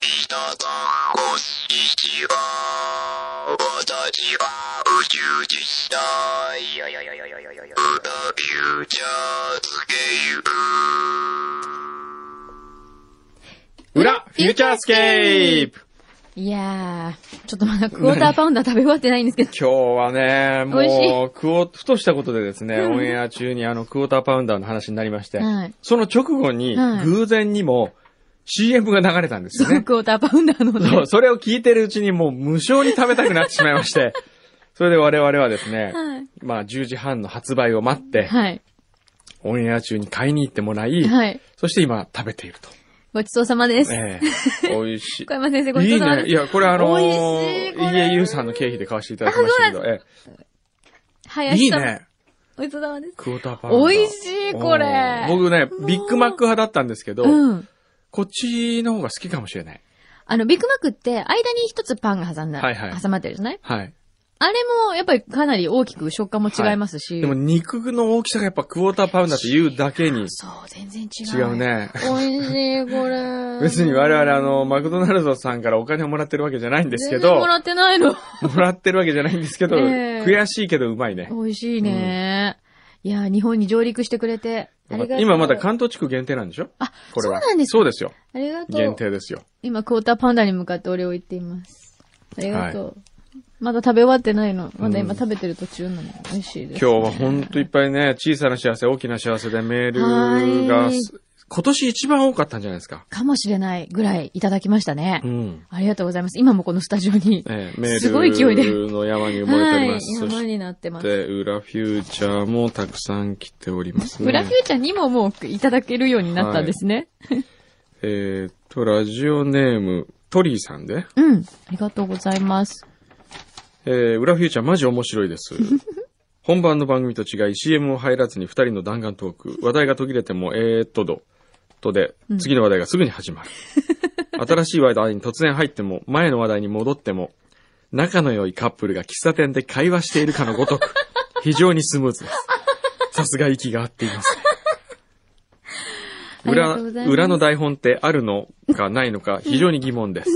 皆さん、こんにちは。私は宇宙実体。The Future スケー裏、フューチャースケープ。いやー、ちょっとまだクォーターパウンダー食べ終わってないんですけど今日はね、美味しいもう、クオ、ふとしたことでですね、オンエア中にあの、クォーターパウンダーの話になりまして、はいその直後に、はい偶然にも、CM が流れたんですよそう、ね。クォーターパウンダーのね。そう、それを聞いてるうちにもう無性に食べたくなってしまいま して、それで我々はですね、はいまあ、10時半の発売を待って、はい。オンエア中に買いに行ってもらい、はい。そして今食べていると。ごちそうさまです。 ええ美味しい小。山先生、ごちいそういさまでね。す。いや、これあの美味しいこれ家優さんの経費で買わせていただきましたけど、ええ、い林いさん。ね。ごちそうさまです。クォーターパウンダー。美味しい、これ。うん僕ね、ビッグマック派だったんですけど、うん。こっちの方が好きかもしれない。あの、ビッグマックって、間に一つパンが挟んだ、はいはい挟まってるじゃないはい。あれも、やっぱりかなり大きく食感も違いますし。でも肉の大きさがやっぱクォーターパウンダーって言うだけにそう、全然違違う。う。ね。美味しい、こ れ。別に我々あの、マクドナルドさんからお金をもらってるわけじゃないんですけど、もらもってないの。らってるわけじゃないんですけど、ええ悔しいけどうまいね。美味しいね。いや、日本に上陸してくれて。ありがとう。今まだ関東地区限定なんでしょあ、これは。そうなんですかそうですよ。ありがとう。限定ですよ。今、クォーターパウンダーに向かってお礼を言っています。ありがとう。まだ食べ終わってないの。まだ今食べてる途中なの。美味しいで す、今日はほんといっぱいね、小さな幸せ、大きな幸せでメールはがい、今年一番多かったんじゃないですか。かもしれないぐらいいただきましたね。うん。ありがとうございます。今もこのスタジオに。ええメすごい勢いでールの山に埋もれておりはまい。す。そ山しになってます。て、裏フューチャーもたくさん来ておりますね。裏フューチャーにももういただけるようになったんですね。えーっと、ラジオネーム、トリーさんで、うん。ありがとうございます。えー、裏フューチャーマジ面白い です。本番の番組と違い、CM を入らずに二人の弾丸トーク、話題が途切れても、えーっとど、とで、次の話題がすぐに始ま る。新しい話題に突然入っても、前の話題に戻っても、仲の良いカップルが喫茶店で会話しているかのごとく、 非常にスムーズです。さすが息が合っていますね。 ありが裏、とうございます裏の台本ってあるのかないのか、非常に疑問です。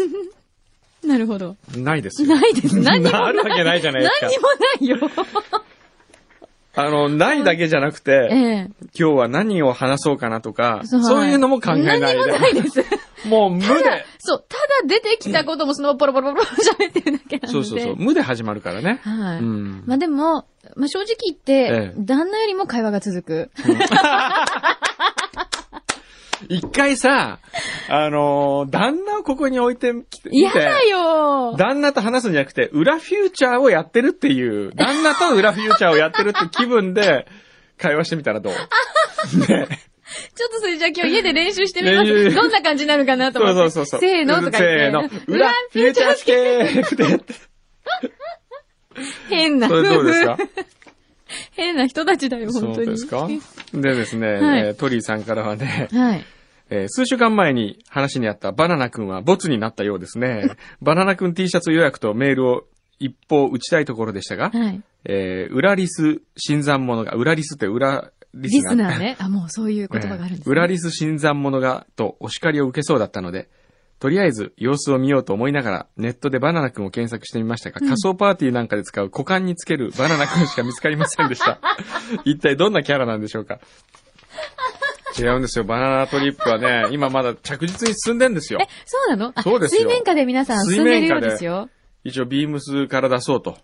なるほど。 ないですよ。ないです。 何にもあるわけないじゃないですか何にもないよ。 あの、ないだけじゃなくて、え今日は何を話そうかなとか、そうそういうのも考えないで。何もないです。もう無ただで。、そう、ただ出てきたこともそのままポロポロポロポロ喋ってるだけなんで。そうそうそう。。無で始まるからね。はい。うんまあでも、まあ正直言ってええ、旦那よりも会話が続く。一回さ、あのー旦那をここに置いてきて、嫌だ見てよ旦那と話すんじゃなくて、裏フューチャーをやってるっていう、旦那と裏フューチャーをやってるって気分で、会話してみたらどうねちょっとそれじゃあ今日家で練習してみま練習す。どんな感じになるかなとそ思うっそて。うそうそう。せーのとか言せって。ーの。裏フューチャースケープってやって。変なそ夫れどうですか。婦変な人たちだよ、そ本当うに。ですかでですね、はいえートリーさんからはね、はい。えー数週間前に話にあったバナナ君はボツになったようです ね。バナナ君 T シャツ予約とメールを一方打ちたいところでしたが、はい。えー、裏リス新参者が、裏リスって裏リリスナースナーね。あ、もうそういう言葉があるんですね。裏リス新参者がとお叱りを受けそうだったので、とりあえず様子を見ようと思いながらネットでバナナ君を検索してみましたが、仮想パーティーなんかで使う股間につけるバナナ君しか見つかりませんで した。一体どんなキャラなんでしょうか違うんですよ。バナナトリップはね、今まだ着実に進んでんですよえ。、そうなのあそうですよ水面下で皆さん住んでるようですよ。一応ビームスから出そうと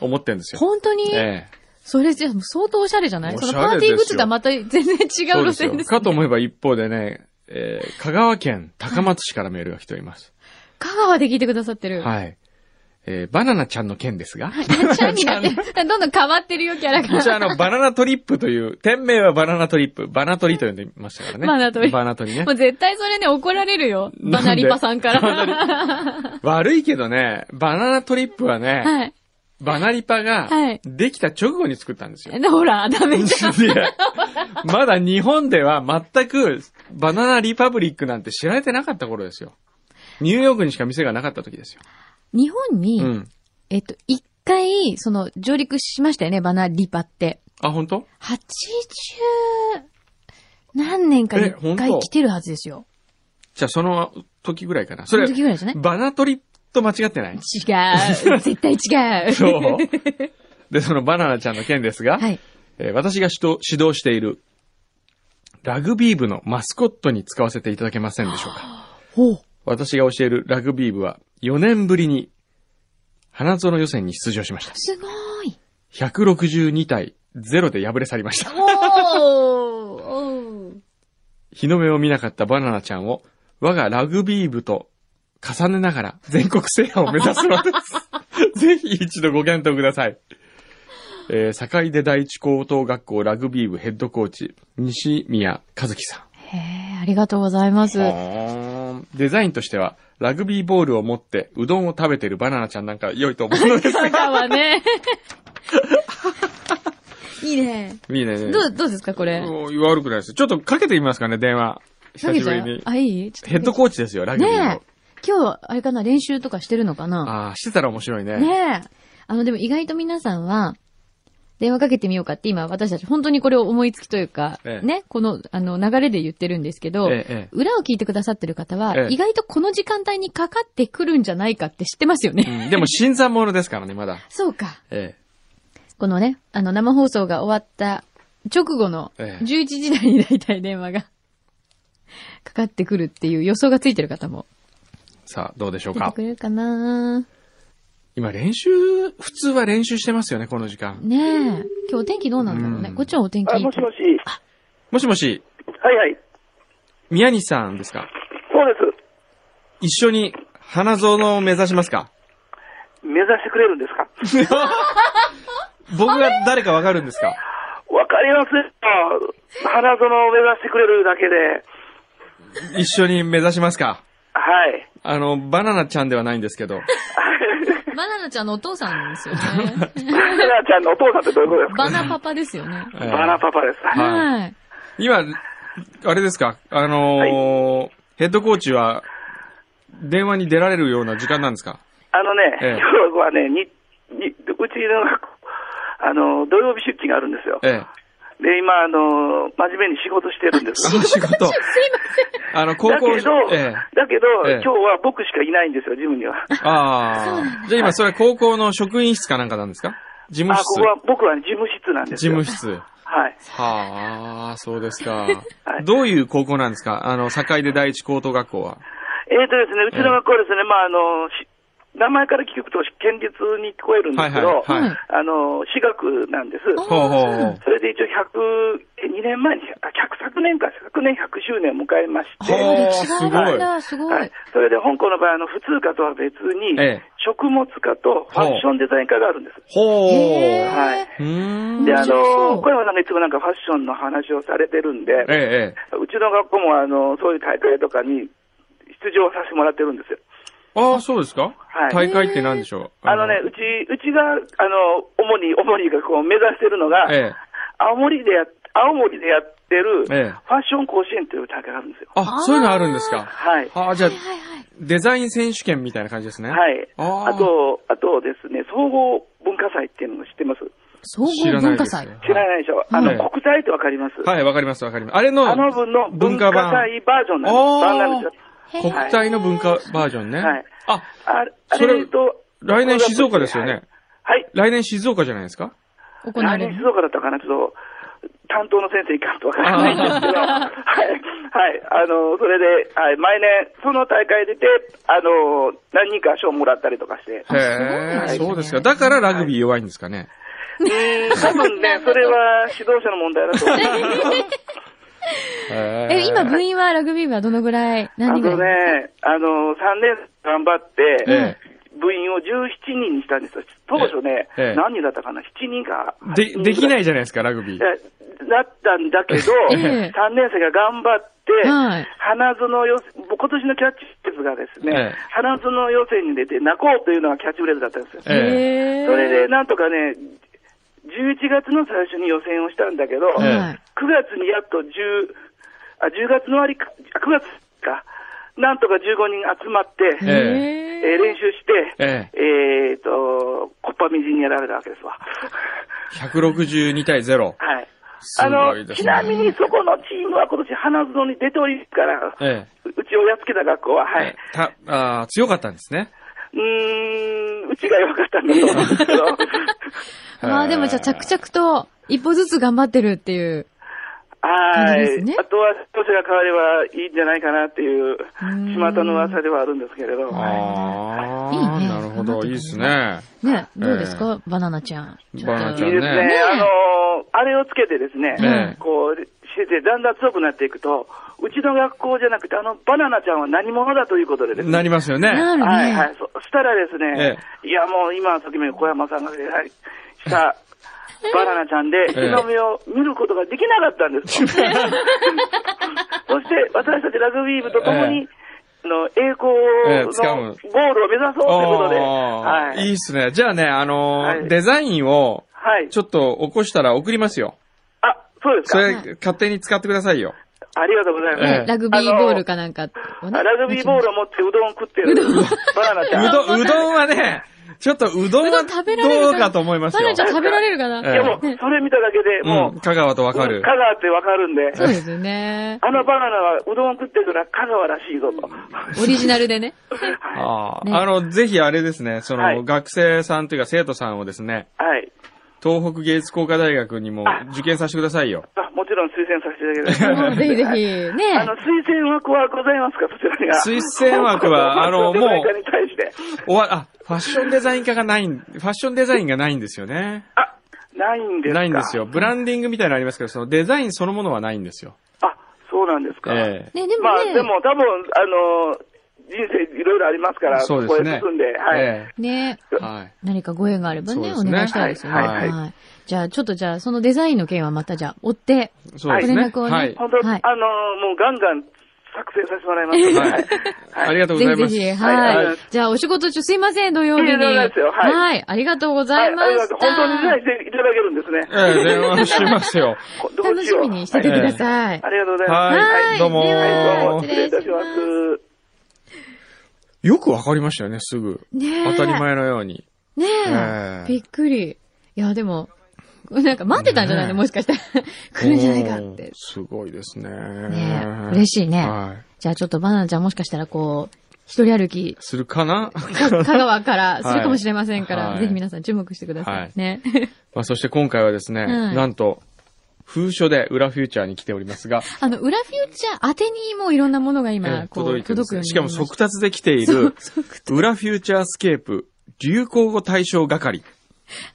思ってんですよ。本当に、ええそれじゃもう相当おしゃれじゃないおしゃそれのパーティーグッズとはまた全然違うそうで路すよ線です、ね。かと思えば一方でね、えー香川県高松市からメールが来ております。香川で聞いてくださってる。はい。えーバナナちゃんの件ですが、チャンになって、どんどん変わってるよ、キャラうちはが。あの、バ ナナトリップという、店名はバナナトリップ、バナトリと呼んでましたからね。バナトリバナトリねも。う絶対それね、怒られるよ。なバんでナリパさんから。悪いけどね、バナナトリップはね、はい。バナリパがはい、できた直後に作ったんですよ。ほら、ダメじ ゃん。いやまだ日本では全くバナナリパブリックなんて知られてなかった頃ですよ。ニューヨークにしか店がなかった時ですよ。日本に、うん。えっと、一回、その、上陸しましたよね、バナリパって。あ、本当？ 80、何年かにえほん一と回来てるはずですよ。じゃあその時ぐらいかな。それその、時ぐらいじゃないバナトリと間違ってない違う。絶対違 う。そう。で、そのバナナちゃんの件ですが、はい。えー私が指導指導しているラグビー部のマスコットに使わせていただけませんでしょうか。ほう。私が教えるラグビー部は4年ぶりに花園予選に出場しました。すごい。 162対0で敗れ去りました。おー。おー。日の目を見なかったバナナちゃんを我がラグビー部と重ねながら全国制覇を目指すの です。ぜひ一度ご検討ください。えー、堺出第一高等学校ラグビー部ヘッドコーチ、西宮和樹さん。へえ、ありがとうございます。ほーんデザインとしては、ラグビーボールを持って、うどんを食べてるバナナちゃんなんか良いと思うの です。赤はね。いいね。いいね。どう、どうですか、これ。もう悪くないです。ちょっとかけてみますかね、電話。久しぶりかけにちゃう。あ、いいちょっとヘッドコーチですよ、ラグビーの。ねえ。今日、あれかな、練習とかしてるのかなああ、してたら面白いね。ねえ。あの、でも意外と皆さんは、電話かけてみようかって今私たち本当にこれを思いつきというか、ええね、この、あの、流れで言ってるんですけど、ええええ裏を聞いてくださってる方は、ええ意外とこの時間帯にかかってくるんじゃないかって知ってますよね。うんでも、新参者ですからね、まだ。そうか。 えこのね、あの、生放送が終わった直後のええ11時台に大体電話が かかってくるっていう予想がついてる方もえさあ、どうでしょう出てかく。れるかな今、練習、普通は練習してますよね、この時間。ねえ。今日お天気どうなんだろうね。うんこっちはお天気あ、いいもしもし。もしもし、はいはい。宮西さんですかそうです。一緒に、花園を目指します か目指してくれるんですか僕が誰かわかるんですかわかりますよ。花園を目指してくれるだけで。一緒に目指しますかはい。あの、バナナちゃんではないんですけど、バナナちゃんのお父さんですよね。 バナちゃんのお父さんってどういうことですかバナパパですよね。え ーバナパパです。いはい。今、あれですか、あのーヘッドコーチは、電話に出られるような時間なんですかあのね、ええ今日はね、に、に、うちの学校、あの、土曜日出勤があるんですよ。ええ。で、今、あの、真面目に仕事してるんであす。仕 事。あの、高だ校けど、ええ。だけど、ええ今日は僕しかいないんですよ、ジムには。ああ。じゃあ今、それは高校の職員室かなんかなんですか事務あ、ここは室。、僕は事務室なんです事よ。務室。はい。はあ、そうですか。いどういう高校なんですかあの、堺で第一高等学校は。えーとですね、うちの学校はですね、まあ、あの、し名前から聞くと堅実に聞こえるんですけど、はいはいあの、私学なんです。あほうほうほう。それで一応100、2年前に、あ100昨年か、昨年100周年を迎えまして、ほうは歴史があるんだ、すごい。い、それで香港の場合、あの、普通科とは別に、ええ食物科とファッションデザイン科があるんです。ほう。へーはいうーん。で、あそうの、小山さんがいつもなんかファッションの話をされてるんで、ええ、ええ。うちの学校も、あの、そういう大会とかに出場させてもらってるんですよ。ああ、そうですか、はい大会って何でしょうあのね、うち、うちが、あの、主に、主にこう目指してるのが、ええ。青森でや、青森でやってる、フええァッション甲子園という大会があるんですよ。あ、そういうのあるんですかはい。ああ、じゃあ、はいはい。デザイン選手権みたいな感じですね。い。はい。あーあと、あとですね、総合文化祭っていうのも知ってます総合文化祭。知らないでしょ、あはいの、国体ってわかります、はい、わかります、わかります。あれの、あの分の文化祭バージョンなんです。版なんですよ。へー国体の文化バージョンね。はいあ、ああそれれと、来年静岡ですよね。はい。来年静岡じゃないですか行わ来れ年静る。岡だったかな、ちょっと、担当の先生いかんとわからないんですけど、はい、はい、あの、それで、はい、毎年、その大会出て、あの、何人か賞もらったりとかして、あそうなへんですえ、ねそうですか。だからラグビー弱いんですかね。うーん、多分ね、それは指導者の問題だと思うんですけどへえ、今部員はラグビー部はどのぐらいあ何人のぐらいね、あの、3年頑張って、え部員を17人にしたんですよ。当初ね、ええ何人だったかな ?7 人か。。で、できないいじゃないですか、ラグビー。だったんだけど、ええ3年生が頑張って、はい花園予選、今年のキャッチフレーズがですえね、え花園予選に出て泣こうというのがキャッチフレーズだったんですよ。えへーそれでなんとかね、11月の最初に予選をしたんだけど、ええはい9月にやっと10、あ10月の終わりか、あ9月か、なんとか15人集まって、ええへー練習して、ええーっと、コッパみじんにやられたわけですわ。 162対0。はい。あの、すごいですねちなみにそこのチームは今年花園に出ておりますから、えううちをやっつけた学校は、え。はえい。えた、あー強かったんですね。うーん、うちが弱かったんだと思うんですけど、まあでもじゃあ着々と一歩ずつ頑張ってるっていう。感じではすい。ねあとは、少しが変わればいいんじゃないかなっていう、ん巷の噂ではあるんですけれど。ああ、いいねなるほど、いいですね。ね、どうですか、バナナちゃん。ちょっとバナナちいゃいんですね。ねあのーあれをつけてですね、ねこうしてて、だんだん強くなっていくと、うちの学校じゃなくて、あのバナナちゃんは何者だということでですね。なりますよね。なるね。はいはい。そしたらですねえ、いやもう今、さっきも小山さんが出会 いした、バナナちゃんで、ええ日の目を見ることができなかった んですよ。そして、私たちラグビー部と共えに、あの栄光ええの掴むゴールを目指そうということで、あはーいい。いっすね。じゃあね、あのーはいデザインを、はい。ちょっと起こしたら送りますよ。あ、そうですそか。れ、勝手に使ってくださいよ。ありがとうございます。ええラグビーボールかなんかをね。あラグビーボールを持ってうどんを食ってるバナナちうゃん。どん、うどんはね、ちょっとうどんはうどん食べられるかどうかと思いますバナよナち。ゃん食べられるかな、えいやもう、ねそれ見ただけで、もう、うん、香川とわかうんる。香川ってわかるんで、そうですよね。あのバナナはうどんを食ってるから香川らしいぞと。オリジナルで ね。ああ、ねあの、ぜひあれですね、その、はい学生さんというか生徒さんをですね、はい。東北芸術工科大学にもあ受験させてくださいよ。あ、もちろん推薦させていただきもまう す。ぜひぜひ。はいねあの、推薦枠はございますか、そちらには。推薦枠 はあのもう世界に対して。おわ、あ、ファッションデザイン科がないん、ファッションデザインがないんですよね。あ、ないんですかないんですよ。。ブランディングみたいなのありますけど、そのデザインそのものはないんですよ。あ、そうなんですか。ええね、でまもあ、ね、でも多分、あの、人生いろいろありますから、そうですここへね。進んで、はい。えね、えはい。何かご縁があればそうね、でおすね願いしたいですよね。はいはいはいじゃあ、ちょっとじゃあ、そのデザインの件はまたじゃあ、追って。そうですね。ご連絡をねはい。本当、はいあのーもうガンガン作成させてもらいますので。ははいい。ありがとうごぜざひいぜます。ひ、はい、はいじゃあ、お仕事中すいません、土曜日に。いえいえ大丈夫ですよはいはいありがとうござはいい、まありがしとた。う。本当にね、していただけるんですね。ええ電話しますよ。こどう楽ししようみにしててください。ありがとうございます。ははいい、どうもではい、どうはも、失失礼礼いいたたししまます。す。よくわかりましたよね、すぐ。ねえ当たり前のように。ねえええ。びっくり。いや、でも、なんか待って たんじゃないの、ねえもしかしたら。来るんじゃないかっておー。すごいですね。ねえ嬉しいねはい。じゃあちょっとバナナちゃんもしかしたらこう、一人歩 き、するか な香川からするかもしれませんから、はいぜひ皆さん注目してください。はいね。まあそして今回はですね、はいなんと、風書で裏フューチャーに来ております が、 あの、裏フューチャー宛てにもういろんなものがえ今え、こう、てるんで届すくようねにしなかりもました速達で来てい る、裏フューチャースケープ流行語大賞係。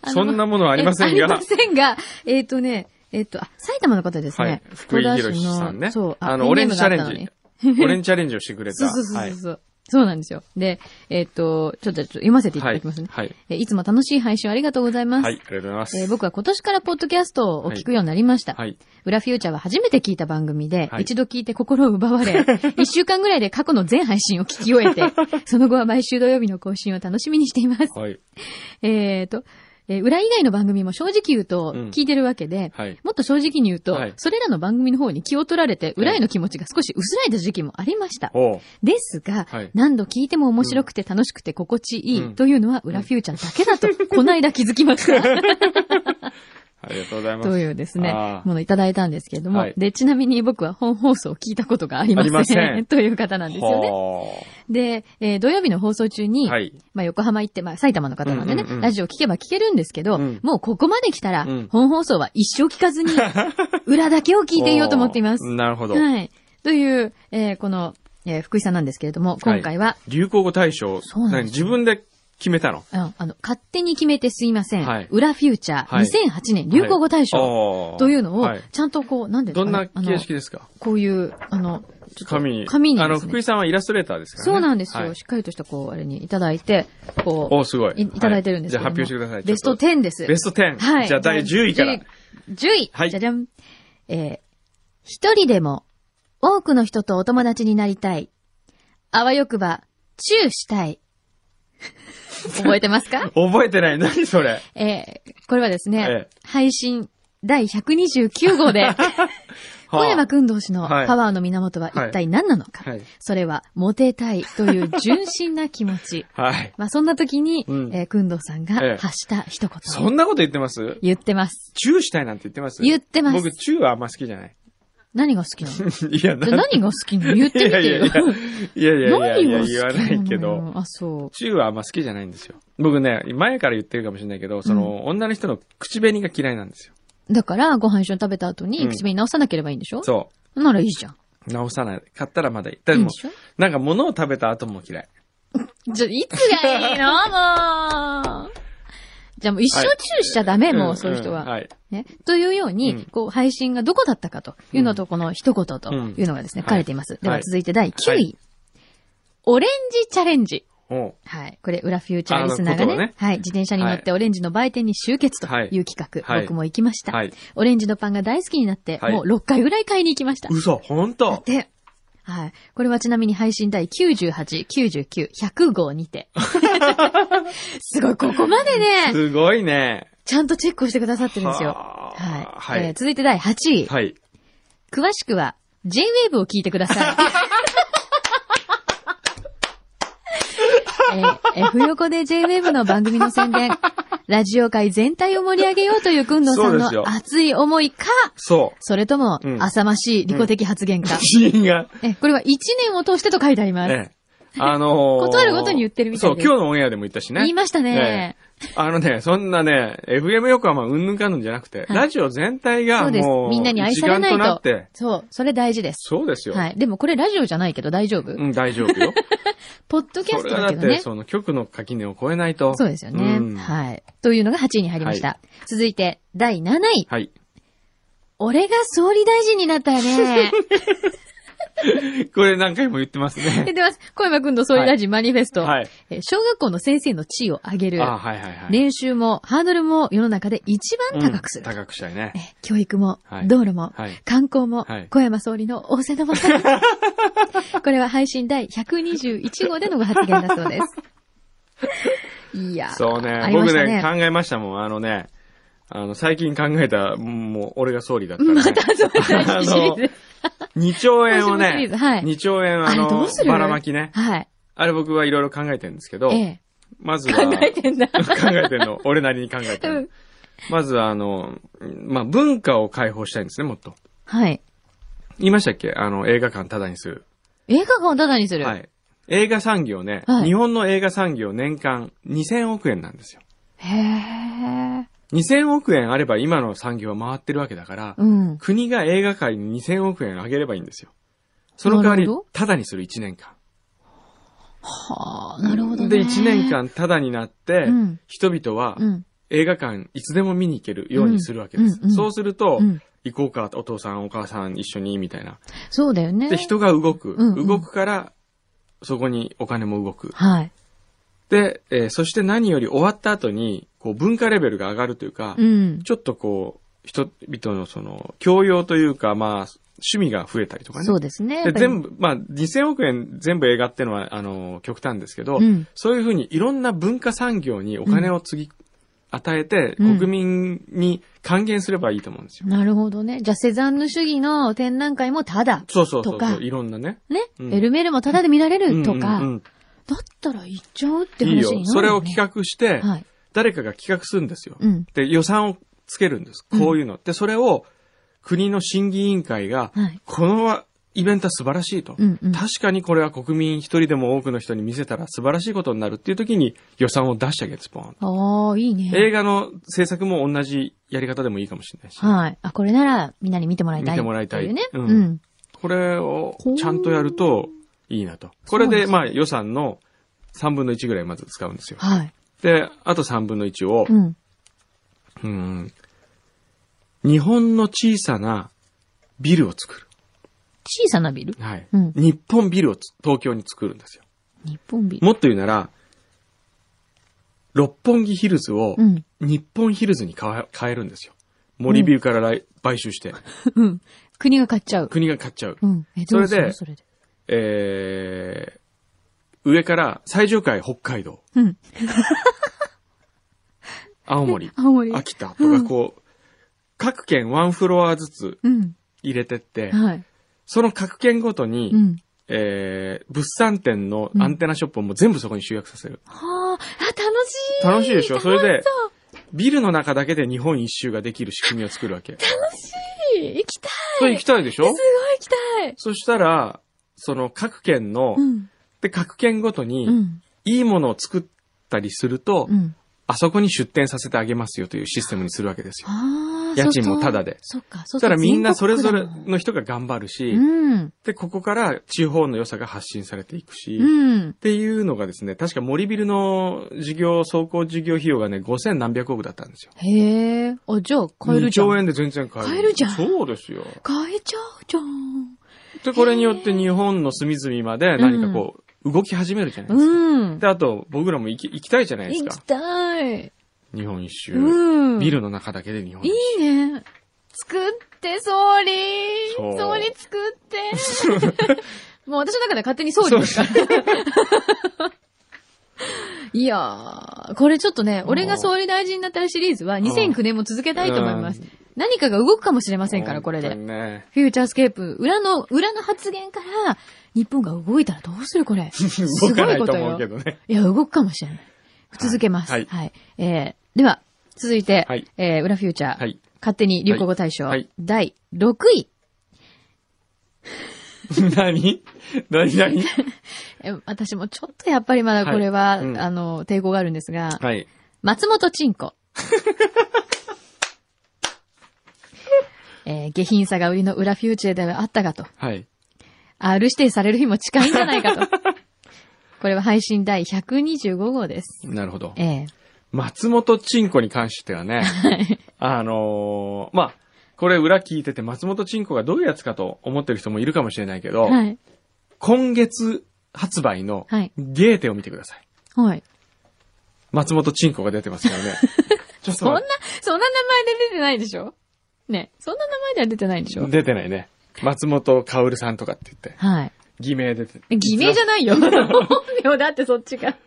あのそんなものはありませんえありがま、せんが、えっ、とね、えっ、と、あ、埼玉の方ですはいね。。福井博さんね。そう、あの、オレンジチャレペンネームがあったのンに ジ。オレンジチャレンジをしてくれた。そうそうそうはいそう。そうそうなんですよ。で、えっ、と、ちょっとちょっと読ませていただきますね。はい。えいつも楽しい配信ありがとうございます。はい、ありがとうございます。えー僕は今年からポッドキャストを聞くようになりました。はい。裏フューチャーは初めて聞いた番組で、はい一度聞いて心を奪 われ、一週間ぐらいで過去の全配信を聞き終えて、その後は毎週土曜日の更新を楽しみにしています。はい。えーと、えー裏以外の番組も正直言うとうん聞いてるわけで、はい。もっと正直に言うと、はいそれらの番組の方に気を取られて、裏への気持ちが少し薄らいだ時期もありました。おう。ですが、はい何度聞いても面白くて楽しくて心地いい、うんというのは裏フューチャーだけだ と、こないだ気づきました。ありがとうございます。というですねあ、ーものいただいたんですけれども、はいで、ちなみに僕は本放送を聞いたことがありません。ありません という方なんですよね。はで、えー土曜日の放送中あに、はい。まあ、横浜行って、まあ、埼玉の方なんでね、うんうんうんラジオ聞けば聞けるんですけうど、んもうここまで来たら、うん本放送は一生聞か ずに、裏だけを聞いていようと思っていますおー。なるほど。はい。という、えーこの、えー福井さんなんですけれども、今回は、流行語大賞、そうなんです何自よ分で決めたの。うんあの、勝手に決めてすいません。はい裏フューチャー、はい2008年流行語大賞、賞というのをはい、ちゃんとこう、なんでですどかんねなあの形式ですかこういう、あの、ちょっと紙に。紙にですあねの、福井さんはイラストレーターですからね。そうなんですよ。はいしっかりとした、こう、あれにいただいて、おこーすごい。う、いいただいてるんですけどはもいじゃあ発表してください。ベストちょっ10です。と。ベスト 10! はい。じゃあ第10位から。。 10位。はいじゃじゃん。えー一人でも多くの人とお友達になりたい。あわよくば、チューし たい。覚えてますか覚えてない。何それえーこれはですね、ええ 配信第129号で、小は山あくん同士のはいパワーの源は一体何なのか。はい。それは、モテたいという純真な気持ち。はい。まあ、そんな時に、うんえー、くんどうさんえがえ発した一言。そんなこと言ってます言ってます。チューしたいなんて言ってます言ってます僕、チューはあんま好きじゃない。 何が好きなのいや、じゃあ何が好きなの言ってみてよ。いやいやいやいやいやいや何が好き言わなのないけよど、。あ、そう。チューはあんま好きじゃないんですよ。僕ね、前から言ってるかもしれないけど、その、女の人の口紅が嫌いなんですよ。だから、ご飯一緒に食べた後うにん口紅直さなければいいんでしょ、そならいいじゃん。う。直さない。買ったらまだいい。でいいんもで、しょなんか物を食べた後も嫌い。じゃ、いつがいいのもう。じゃあもう一生チューしちゃダメ、もうそういう人は。んはい。ね。というように、うんこう、配信がどこだったかというのと、この一言というのがですね、うん書かれています。いでは続いて第9位。はいオレンジチャレンジ。おうはい。これ、裏フューチャーリスナーがあねの言葉ねはい。自転車に乗ってオレンジの売店に集結という企画。はい僕も行きました、はい。オレンジのパンが大好きになって、はいもう6回ぐらい買いに行きました。嘘、本当で、はい。これはちなみに配信第98、99、100号 にて。すごい、ここまでね、すごいね。ちゃんとチェックをしてくださってるんですよ。はあはい、はえーい。続いて第8位。はい。詳しくは、J-Wave を聞いてく ださい。えー、えーふよこで J-Wave の番組の宣伝、ラジオ界全体を盛り上げようというくんどうさんそうですよの熱い思いか、そそれとも、うん浅ましい利己的発言かう。。シーンが。え、これは1年を通してと書いてあります。ええ。あのー、断るごとに言ってるみたいそう、です今日のオンエアでも言ったしね。言いましたね。あのね、そんなね、FM 横浜うんぬんかんぬんじゃなくて、はいラジオ全体そがうですもう、。みんなに愛されな一丸とないっとて。そう、それ大事です。そうですよ。はい。でもこれラジオじゃないけど大丈夫、うん、大丈夫よ。ポッド キャそスれトはだだけっどて、ね。その曲の垣根を超えないと。そうですよね、うんはい。はい。というのが8位に入りました。続いて、第7位。俺が総理大臣になった らね。 これ何回も言ってます出 ね。てます。小山くんの総理大臣マニフェスト、はい。えー小学校の先生の地位を上げる。あはいはいはい。年収もハードルも世の中で一う番ん、高くする。高くしたいねえ。ー教育も、はい道路も、はい。観光も、はい小山総理の仰せの もと。これは配信第121号でのご発言だそ うです。いやーそうねありま僕したねね、考えましたもん。あのね、あの、最近考えた、もう、俺が総理だったら、ね。また総理大臣シリーズ。 2兆円を今週のシリーズね、はい2兆円ああれどのうす、るばらまきね。 はい。あれ僕はいろいろ考えてるんですけど、ええ。まず考は、えてんだ。考えてんの。俺なりに考えてうるん。まずは、あの、まあ、文化を解放したいんですね、もっと。はい。言いましたっけあの、映画館タダにする。映画館をタダにする。はい。映画産業ね、はい日本の映画産業年間2000億円なんですよ。へー。 2000億円あれば今の産業は回ってるわけだから、うん。国が映画界に2000億円あげればいいんですよ。その代わなりるほど、タダにする1年間。はあ、なるほどね。で、1年。間タダになって、うん人々はうん。映画館いつでも見に行けるようにするわけです。うんうんうんそうすると、うん。行こうか、お父さん、お母さん一緒に、みたいな。そうだよね。で、。人が動く。うんうん動くから、そこにお金も動く。はい。で、えーそして何より終わった後に、こう、文化レベルが上がるというか、うん。ちょっとこう、人々のその、教養というか、まあ、趣味が増えたりとかね。そうですね。で全部。部、まあ、2000億円全部映画ってのは、あの、極端ですけど、うん。そういうふうにいろんな文化産業にお金を次、与えて、うん国民に還元すればいいと思うんですよ。なるほどね。じゃあ、セザンヌ主義の展覧会もタダ。そうそうそとうかそう、いろんなね。ね。うんエルメールもタダで見られるうとか。んうんうんだったら行っちゃうって話にないいるよよね、。それを企画して、はい。誰かが企画するんですよ。うん。で、予算をつけるんです。こういうの。で、それを国の審議委員会が、はい。このイベントは素晴らしいと。うんうん。確かにこれは国民一人でも多くの人に見せたら素晴らしいことになるっていう時に予算を出してあげるんです、ポーンと。ああ、いいね。映画の制作も同じやり方でもいいかもしれないし。はい。あ、これならみんなに見てもらいたい。見てもらいたいってうね。うんうん。これをちゃんとやるといいなと。これそうでですまあ予算の3分の1ぐらいまず使うんですよ。はい。で、あと3分の1をう、ん。うん日本の小さなビルを作小さなビルる。はい。うん日本ビルをつ東京に作るんですよ。日本ビル。もっと言うなら、六本木ヒルズをうん。日本ヒルズに変え変えるんですよ。森ビルから来買収して、うん。国が買っちゃう。国が買っちゃう。うん。え、どうするそそれで。えー、上から最上階北海道、うん。青森、青森。秋田とかこう、各県ワンフロアずつうん。入れてって、はい。その各県ごとに、うん。えー、物産展のアンテナショップをもう全部そこに集約させる。はあ、あ、楽しい。楽しいでしょそれで楽しそうビルの中だけで日本一周ができる仕組みを作る わけ。行きたい。それ行きたいでしょすごい行きたい。そしたら、その各県の、うん。で、各県ごとうに、ん。いいものを作ったりすると、うん。あそこに出店させてあげますよというシステムにするわけですよ。ああ、家賃もそうそうタダでそっか、そそっしたらみんなそれぞれ全国区の人が頑張るし、だもんうん。で、ここから地方の良さが発信されていくし、っうん。ていうのがですね、確か森ビルの事業、走行事業費用がね、5000何百億だったんですよ。へえ。あ、じゃあ、買える2じゃ兆ん。円で全然買える。買えるじゃんそうですよ。買えちゃうじゃん。で、これによって日本の隅々まで何かこう、動き始めるじゃないですか。うん。で、あと、僕らも行き行きたいじゃないです行きか。たい。日本一周。うん。ビルの中だけで日本い一いね。作って、総理そう総理作 って。もう私の中では勝手に総理ですから。 いやー、これちょっとね、俺が総理大臣になったらシリーズは2009年も続けたいと思いますうん。何かが動くかもしれませ周。んから、これ本で当。にね。フューチャースケープ、裏の、裏の発言から、日本が動いたらどうするこれ。す 動かごないいことと思うよけ。どね。 いや、動くかもしれない。続けます。は。はいいえー、では、続いて、はいえー、裏フューチャー、はい勝手に流行語大賞、はいはい第6位。何何 何えー私もちょっとやっぱりまだこれはは、いうんあの、抵抗があるんですが、はい。松本ち んこ。えー、下品さが売りの裏フューチャーではあったがと。はい。 R 指定される日も近いんじゃない かと。これは配信第125号です。なるほど。ええ松本ちんこに関してはね、あのーまあ、これ裏聞いてて松本ちんこがどういうやつかと思ってる人もいるかもしれないけど、はい。今月発売のはいゲーテを見てください。はい。松本ちんこが出てます からね。ちょっそんな待っ、そんな名前で出てないでしょね。そんな名前では出てないでしてょ出てないね。松本薫さんとかって言って、はい。偽名出て。偽名じゃない よ。本名だってそっちが。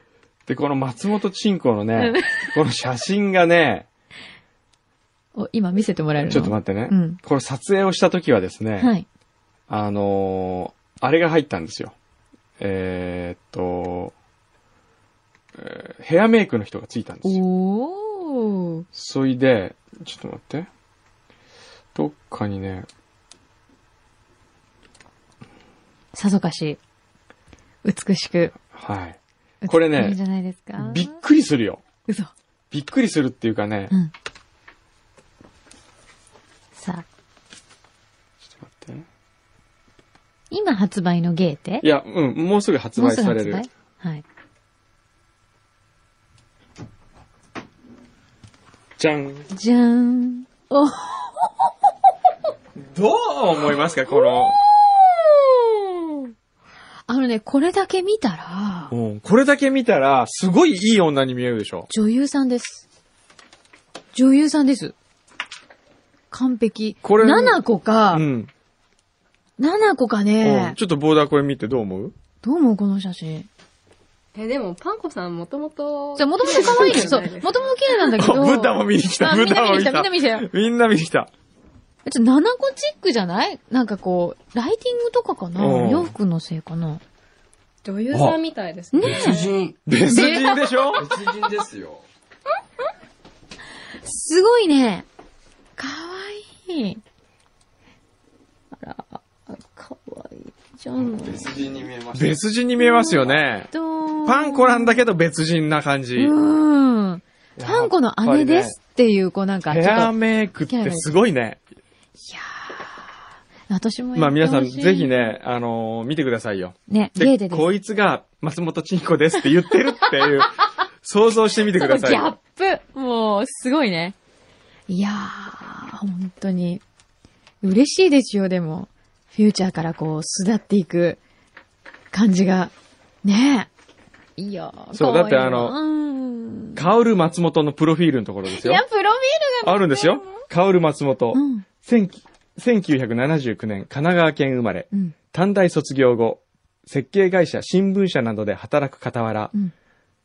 で、この松本ちんこの ね、この写真がね、お、今見せてもらえるのちょっと待ってね。うんこれ撮影をした時はですね、はい。あのーあれが入ったんですよ。えー、っと、えーヘアメイクの人がついたんですよ。おー。そいで、ちょっと待って。どっかにね、さぞかし、美しく。はい。これね美しいじゃないですか。びっくりするよ。嘘。びっくりするっていうかね、ちうょん。さあ、っと待ってね。今発売のゲーテいや、うん、もうすぐ発売されるもうす。ぐ発売はい。じゃん。じゃーん。おーどう思いますか、この。あのね、これだけ見たら、うん、これだけ見たら、すごいいい女に見えるでしょ。女優さんです。女優さんです。完璧。これ7個か、うん。 7個かうんねち。ょっとボーダーこれ見てどう思うどう思うこの写真。え、でも、パンコさんもともと。じゃ、もともと可愛いよ。じそゃうな。ですかもともと綺麗なんだけど。あ ブタも見に来たあブタも見みんな見に来たた、みんな見に来たよ。みんな見てきた。ちょ、7個チックじゃないなんかこう、ライティングとかかなうん洋服のせいかな女優さんみたいですね。別人。別人でしょ別人ですよ。すごいね。かわいい。あら、かわいいじゃん。別人に見えました。別人に見えますよね。とパンコなんだけど別人な感じ。うん。パンコの姉ですっていう、こうなんか、ちょっヘと、アメイクってすごいね。私もやまあって皆ほさんしいぜひ。ね、あのー見てくださいよ。ね、ゲーで、デです。こいつが松本ちんこですって言ってるってい う、想像してみてくださいギャよ。ップもう、すごいね。いやー、本当に。嬉しいですよ、でも。フューチャーからこう、巣立っていく感じが。ねえ。いやー、そうかわいいだってあのうん。カウル松本のプロフィールのところですいよや、。プロフィールがあるんですよ。カウル松本。うん。 19 1979年、神奈川県生まれ。うん。短大卒業後、設計会社、新聞社などで働く傍ら、うん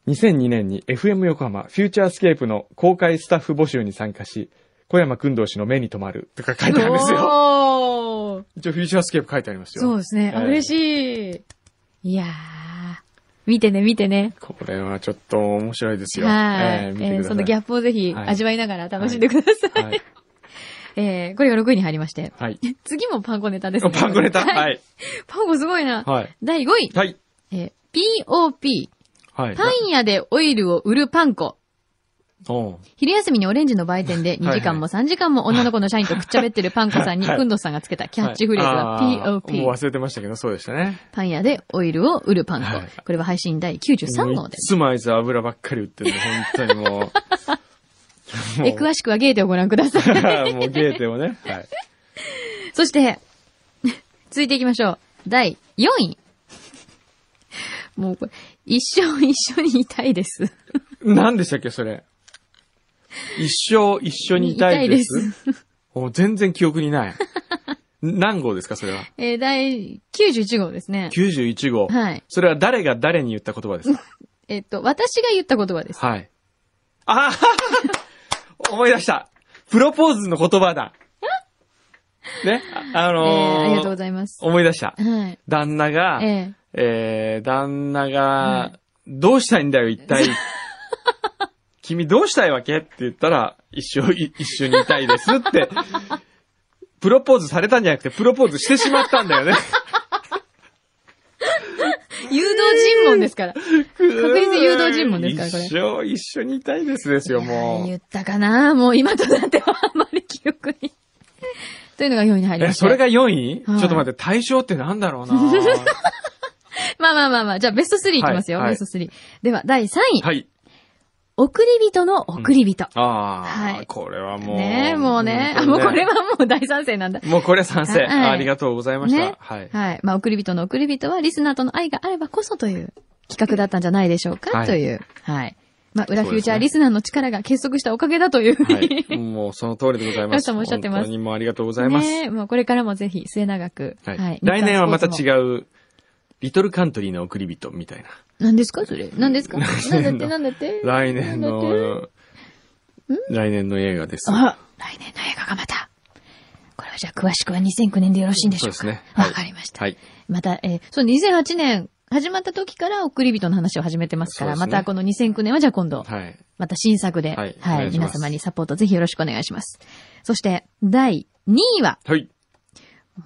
2002年に FM 横浜フューチャースケープの公開スタッフ募集に参加し、小山君堂氏の目に留まるとか書いてあるんですよ。おど。一応フューチャースケープ書いてありますよ。そうですね。あええ嬉しい。いやー。見てね、見てね。これはちょっと面白いですよ。はい。ええー見てーください。そのギャップをぜひはい味わいながら楽しんでください。はい。えーこれが6位に入りまして。はい。 次もパンコネタですね。パンコネタ。はい。はい。パンコすごいな。はい。第5位。はい。えー POP。はい。パン屋でオイルを売るパンコ。おう昼休みにオレンジの売店で2時間も3時間も女の子の社員とくっちゃべってるパンコさんに、はいくんどうさんがつけたキャッチフレーズははいあーもう POP。忘れてましたけど、そうでしたね。パン屋でオイルを売るパンコはい。これは配信第93もう号いでっ。つもあいつ油ばっかり売ってるんで、本当にもう。え、詳しくはゲーテをご覧 くださ い。い。もうゲーテをね。はい。そして、 続いていきましょう。第4位。もうこれ、一生一緒にいたいです。 何でしたっけ、それ。一生一緒にいたいです。いたいお全然記憶にない。何号ですか、それは。えー第91号ですね。 91号。はい。それは誰が誰に言った言葉ですえっと、私が言った言葉です。かはい。ああ思い出したプロポーズの言葉 だね、ああえーのーありがとうございます。思い出した。はい。旦那が、ええー旦那が、どうしたいんだよ、一体。 君どうしたいわけって言ったら、一生い、一緒にいたいですって、プロポーズされたんじゃなくて、プロポーズしてしまったんだよね。ー誘導尋問ですから。確実誘導尋問ですからこれ一生一緒にいたいですですよ、もいやーう言。ったかなもう今となってはあまり記憶に。 というのが4位に入りえ、ました。それが4位、はいちょっと待って、対象ってなんだろう なまあまあまあまあ。じゃあベスト3いきますよ。はいベスト3。では、第3位。はい。送り人の送り人。ああ、はいこれはもう。ねえ、もうね。あ、本も当うにこれはもう大賛成なんだ。もうこれ賛成、はいあありがとうございました。ねはい。はい。まあ、送り人の送り人は、リスナーとの愛があればこそという企画だったんじゃないでしょうか、はいという。はい。まあ、裏そうですねフューチャーリスナーの力が結束したおかげだというふうに。 はい。もうその通りでございま皆さす。んもおっしゃってます本当にもうありがとうございます。ねえ、もうこれからもぜひ末永く。はい、来年はまた違う。う、リトルカントリーの送り人みたいな。何ですかそれ。何ですか来な年んだってのなんだって来年の、来年の映画です。あ来年の映画がまた。これはじゃあ詳しくは2009年でよろしいんでしょうかそうですねはわいかりました。はい。また、えーそう、2008年始まった時から送り人の話を始めてますから、そうまですねたこの2009年はじゃあ今度、はい。また新作で、ははいい、お願いしま皆す様にサポートぜひよろしくお願いします。そして、第2位は、はい。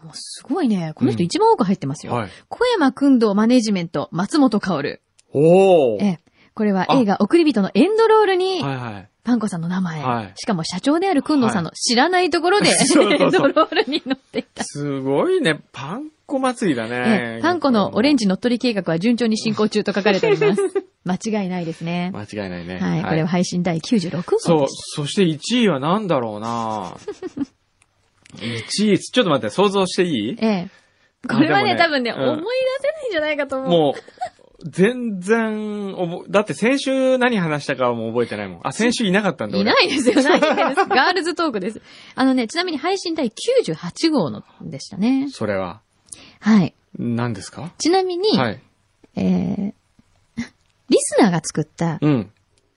もうすごいね、この人うん一番多く入ってますよ。はい小山くんどマネジメント、松本薫。おーえ。えこれは映画送り人のエンドロールに、はいはい。パンコさんの名前、はいしかも社長であるくんどさんの知らないところで、 そうそうそうエンドロールに載っていた。すごいね。パン粉祭りだえねえ。パンコのオレンジ。ジ乗っ取り計画は順調に進行中と書かれております。 間違いないですね。間違いないね。はい。これは配信第96そ号うで、しそして1位は何だろう な1位、ちょっと待って、想像していいた。ええ。これはね、でもね多分ね、うん思い出せないんじゃないかと思う。もう、全然、おぼ、だって先週何話したかはもう覚えてないもん。あ、先週いなかったんだ。いないいですよ、ないです。ガールズトークです。あのね、ちなみに配信第98号のでしたね。それは。はい。何ですかちなみに、はい。えー、リスナーが作った、うん。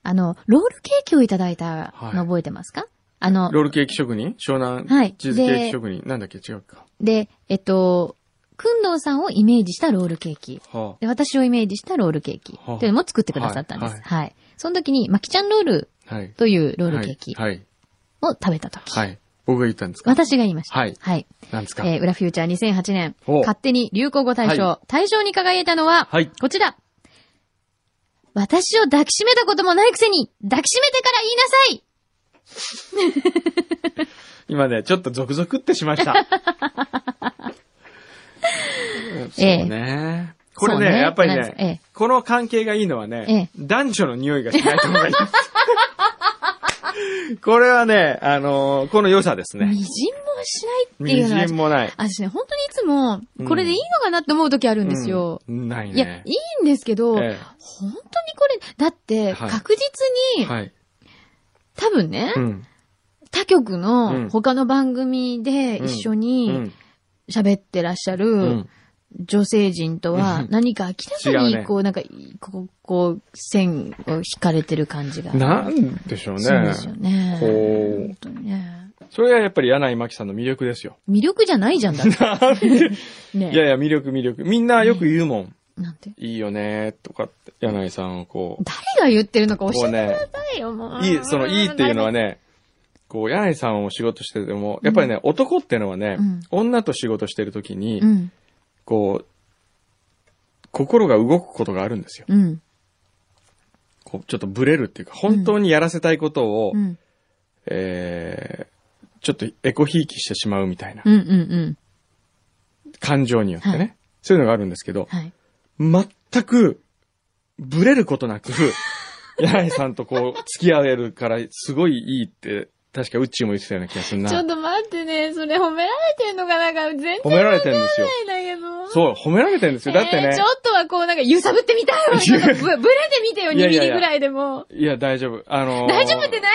あの、ロールケーキをいただいたはいの覚えてますか、あの、ロールケーキ職人湘南はいチーズケーでキ職人。なんだっけ違うか。で、えっと、くんどうさんをイメージしたロールケーキ。はで、私をイメージしたロールケーキ。はあというのも作ってくださったんです。は。はいいその時に、まきちゃんロールあ。はい。というロールケーキはい。はいを食べた時。はい。僕が言ったんですか私が言いました。はいはい。何ですかえー、裏フューチャー2008年、お勝手に流行語大賞、は大賞に輝いたのは、はいこちら。私を抱きしめたこともないくせに、抱きしめてから言いなさい今ね、ちょっとゾクゾクってしま した。そうね。これそうねね、やっぱりなんですええね、この関係がいいのはね、男女の匂いがしないと思い ます。これはね、あのーこの良さですみね。じんもしないっていみうのはじん、もない。私ね、本当にいつも、これでいいのかなって思う時あるんですよ。うんないいや、いね。いんですけど、え本当にこれ、だって、はい確実えに、はい。多分ね、うん。他局うのん他の番組で一緒うにん。喋ってらっしゃる、うん女性陣とはうん何か明ら違かうに、ねこう、なんか、こう、こう、線を引かれてる感じが。なんでしょうそうでね。すよね。こう本当にね。それがやっぱり柳井真紀さんの魅力ですよ。 魅力じゃないじゃんだって。 ねえいやいや、魅力魅力。みんなよく言うもん。なんて。いいよねとかって、柳井さんをこう。誰が言ってるのか教こえうね、てくださいよ、もう。いい、そのいいっていうのはね、こう、柳井さんを仕事してても、やっぱりね、男ってのはね、うん女と仕事してるときに、うん。こう、心が動くことがあるんですよ。うん。こう、ちょっとブレるっていうか、本当にやらせたいことを、うん。えー、ちょっとエコひいきしてしまうみたいなうん。うん。うん。感情によってね、はいそういうのがあるんですけど、はい。全く、ブレることなく、 柳井さんとこう、付き合えるから、すごいいいって、確かウッチーも言ってたような気がするな。ちょっ褒と待ってね、それ褒められてんのかなんか、全然わかんめられてるんですよ。ないんだけど。そう、褒められてるんですよ。だってえねーちょ、っとはこうなんか揺さぶってみたいわ。ちょっとぶぶれてみてよ、2いやいミやいリやぐらいでも。いや、大丈夫。あのー大丈夫って何よ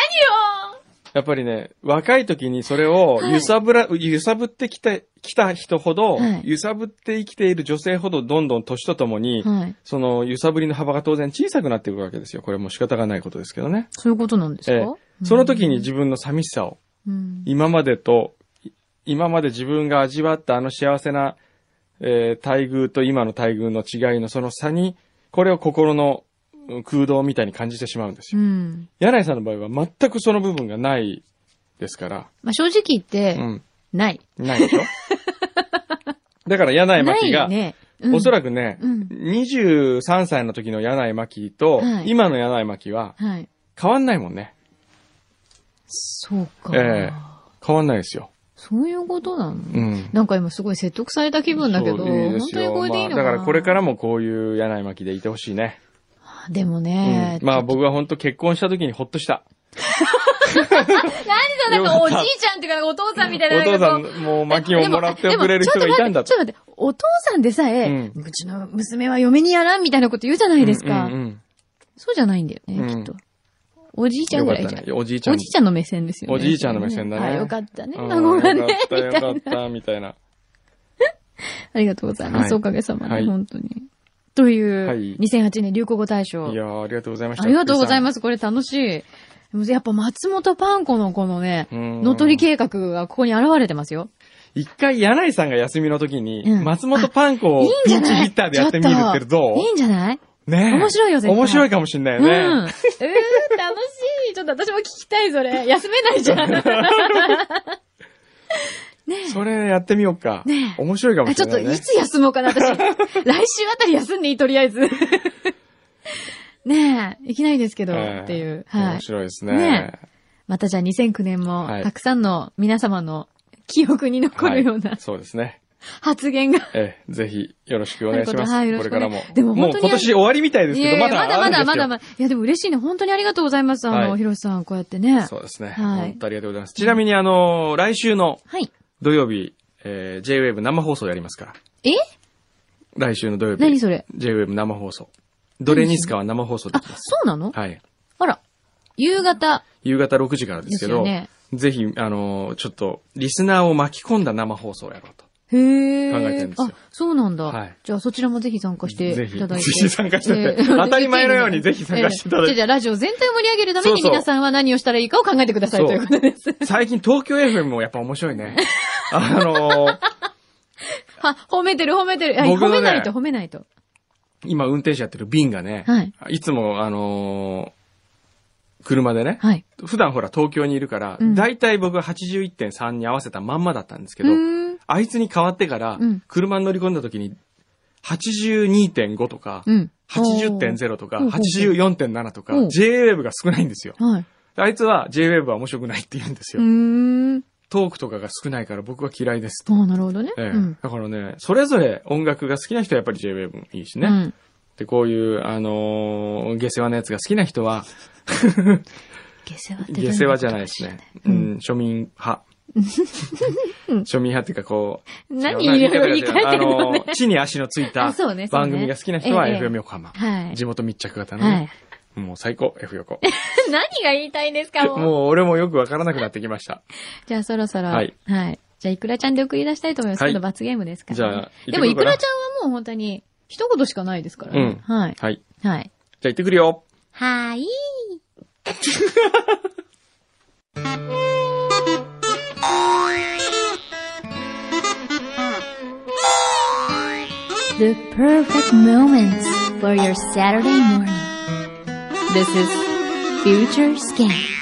やっぱりね、若い時にそれをはい揺さぶら、揺さぶってきた、きた人ほど、はい揺さぶって生きている女性ほど、どんどん年とともに、はい。その揺さぶりの幅が当然小さくなっていくわけですよ。これも仕方がないことですけどね。そういうことなんですええその時に自分の寂しさを、分、今までと、い今まで自分が味わったあの幸せな、えー待遇と今の待遇の違いのその差に、これを心のうん空洞みたいに感じてしまうんですうよ。ん。柳井さんの場合は全くその部分がないですから、まあ正直言っうて、ん、ない。ないで しょだから柳井真ない紀が、ね。おそららくね、うん23歳の時の柳井真紀と、はい今の柳井真紀はく。はい。変わんないもんね。そうか。ええ変わんないですよ。そういうことなのうん。なんか今すごい説得された気分だけど、そういいで本す当よにこれでいいのかな、まあ、だからこれからもこういう柳井巻でいてほしいね。でもね、うん、まあちょっ僕は本当結婚した時にほっとした。となんかおじいちゃんっていうかお父さんみたいなお父なんかこさ、うんもう巻をもらってくれる人がいたんだと。ちょっと待って、お父さんでさえ、ううんちの娘は嫁にやらんみたいなこと言うじゃないですか。うんうんそうじゃないんだよね、うんきっと。おじいちうんゃんよぐからったいじゃん。ね。おじいちゃん。おじいちゃんの目線ですよね。おじいちゃんの目線だねあ、よかったね。うん孫がね。よかった、みよたいかっなた、みたいな。ありがとうございます。はいおかげさまで、はい本当に。という、はい2008年流行語大賞。いやーありがとうございました。。ありがとうございますす。これ楽しい。でもやっぱ松本パン子のこのね、うん乗っ取り計画がここに現れてますよ。一回、柳井さんが休みの時に、うん松本パンコいいをんピじゃンチなヒいッターでやってみるってどいいんじゃないうねえ面白いよ絶対面白いかもしんないようん。うね。ーん、楽しい。ちょっと私も聞きたい、それ。休めないじゃ ん。それやってみようか。ねえ面白いかもあしちれょっと、ないね。いつ休もうかな、私。来週あたり休んでいい、とりあえず。ねえ、いきなりですけど、ええっていう。はい面。白いですねね。またじゃあ2009年も、はいたくさんの皆様の記憶に残るようはないそうですね。発言が。ええ、ぜひ、よろしくお願いします。はいよろこしれくおから願いも。でも本当うに今年終わりみたいですいけど、やいまやだまだまだまだままだ。いや、でも嬉しいね。本当にありがとうございます。あはの、いヒロシさん、こうやってね。そうですね。はい本当ありがとうございます。ちなみに、あのー、来週のはい。土曜日、えー JWAVE 生放送やりますから。え来週の土曜日。何それ ?JWAVE 生放送。ドレニスカは生放送であきま、す。そうなのはい。あら。夕方夕方6時からでですすけよど、ね。ぜひ、あのー、ちょっと、リスナーを巻き込んだ生放送をやろうと。へえ。考えてるんですよあ、そうなんだ。はいじゃあそちらもぜひ参加してぜひいただいて。ぜひ参加してえー 当たり前のよ うにぜひ参加していただいてえーじゃあラジオ全体を盛り上げるためにそうそう皆さんは何をしたらいいかを考えてくださいそうということです。最近東京 FM もやっぱ面白い ね。あのー、は、 褒めてる褒めてる。はい僕褒のねめないと褒めないと。今運転手やってる瓶がね、はい。いつもあのー車でね、はい。普段ほら東京にいるから、うんだいたい僕は81.3に合わせたまんまだったんですけど、うーん。あいつに変わってからうん、車に乗り込んだ時に、82.5とか、うん。 80.0とか、おー84.7とか、うん JWave が少ないんですよ。はい。あいつは JWave は面白くないって言うんですうーよ。ん。トークとかが少ないから僕は嫌いですと。ああ、なるほどね。ええうん。だからね、それぞれ音楽が好きな人はやっぱり JWave もいいしうね。ん。で、こういう、あのー下世話のやつが好きな人は、下世話ってどういう下世話じゃないですね。ううんん、庶民 派。庶民派っていうかこう。何違うないろいろ言い方が言い換えてるのねあの、地に足のつい あたそうねそうね番組が好きな人はええ FM 横浜。はい。地元密着型のはい ね。。もう最高、F 横。何が言いたいんですか、もう。もう俺もよくわからなくなってきま した。じゃあそろそろ。ははいい。じゃあ、いくらちゃんで送り出したいと思います。はい今度罰ゲームですから、じゃあ行ってでも、いこくようかならちゃんはもう本当に、一言しかないですからね。うはい。はい。はい。じゃあ行ってくるよ。はーい。 The perfect moments for your Saturday morning. This is Future Scan.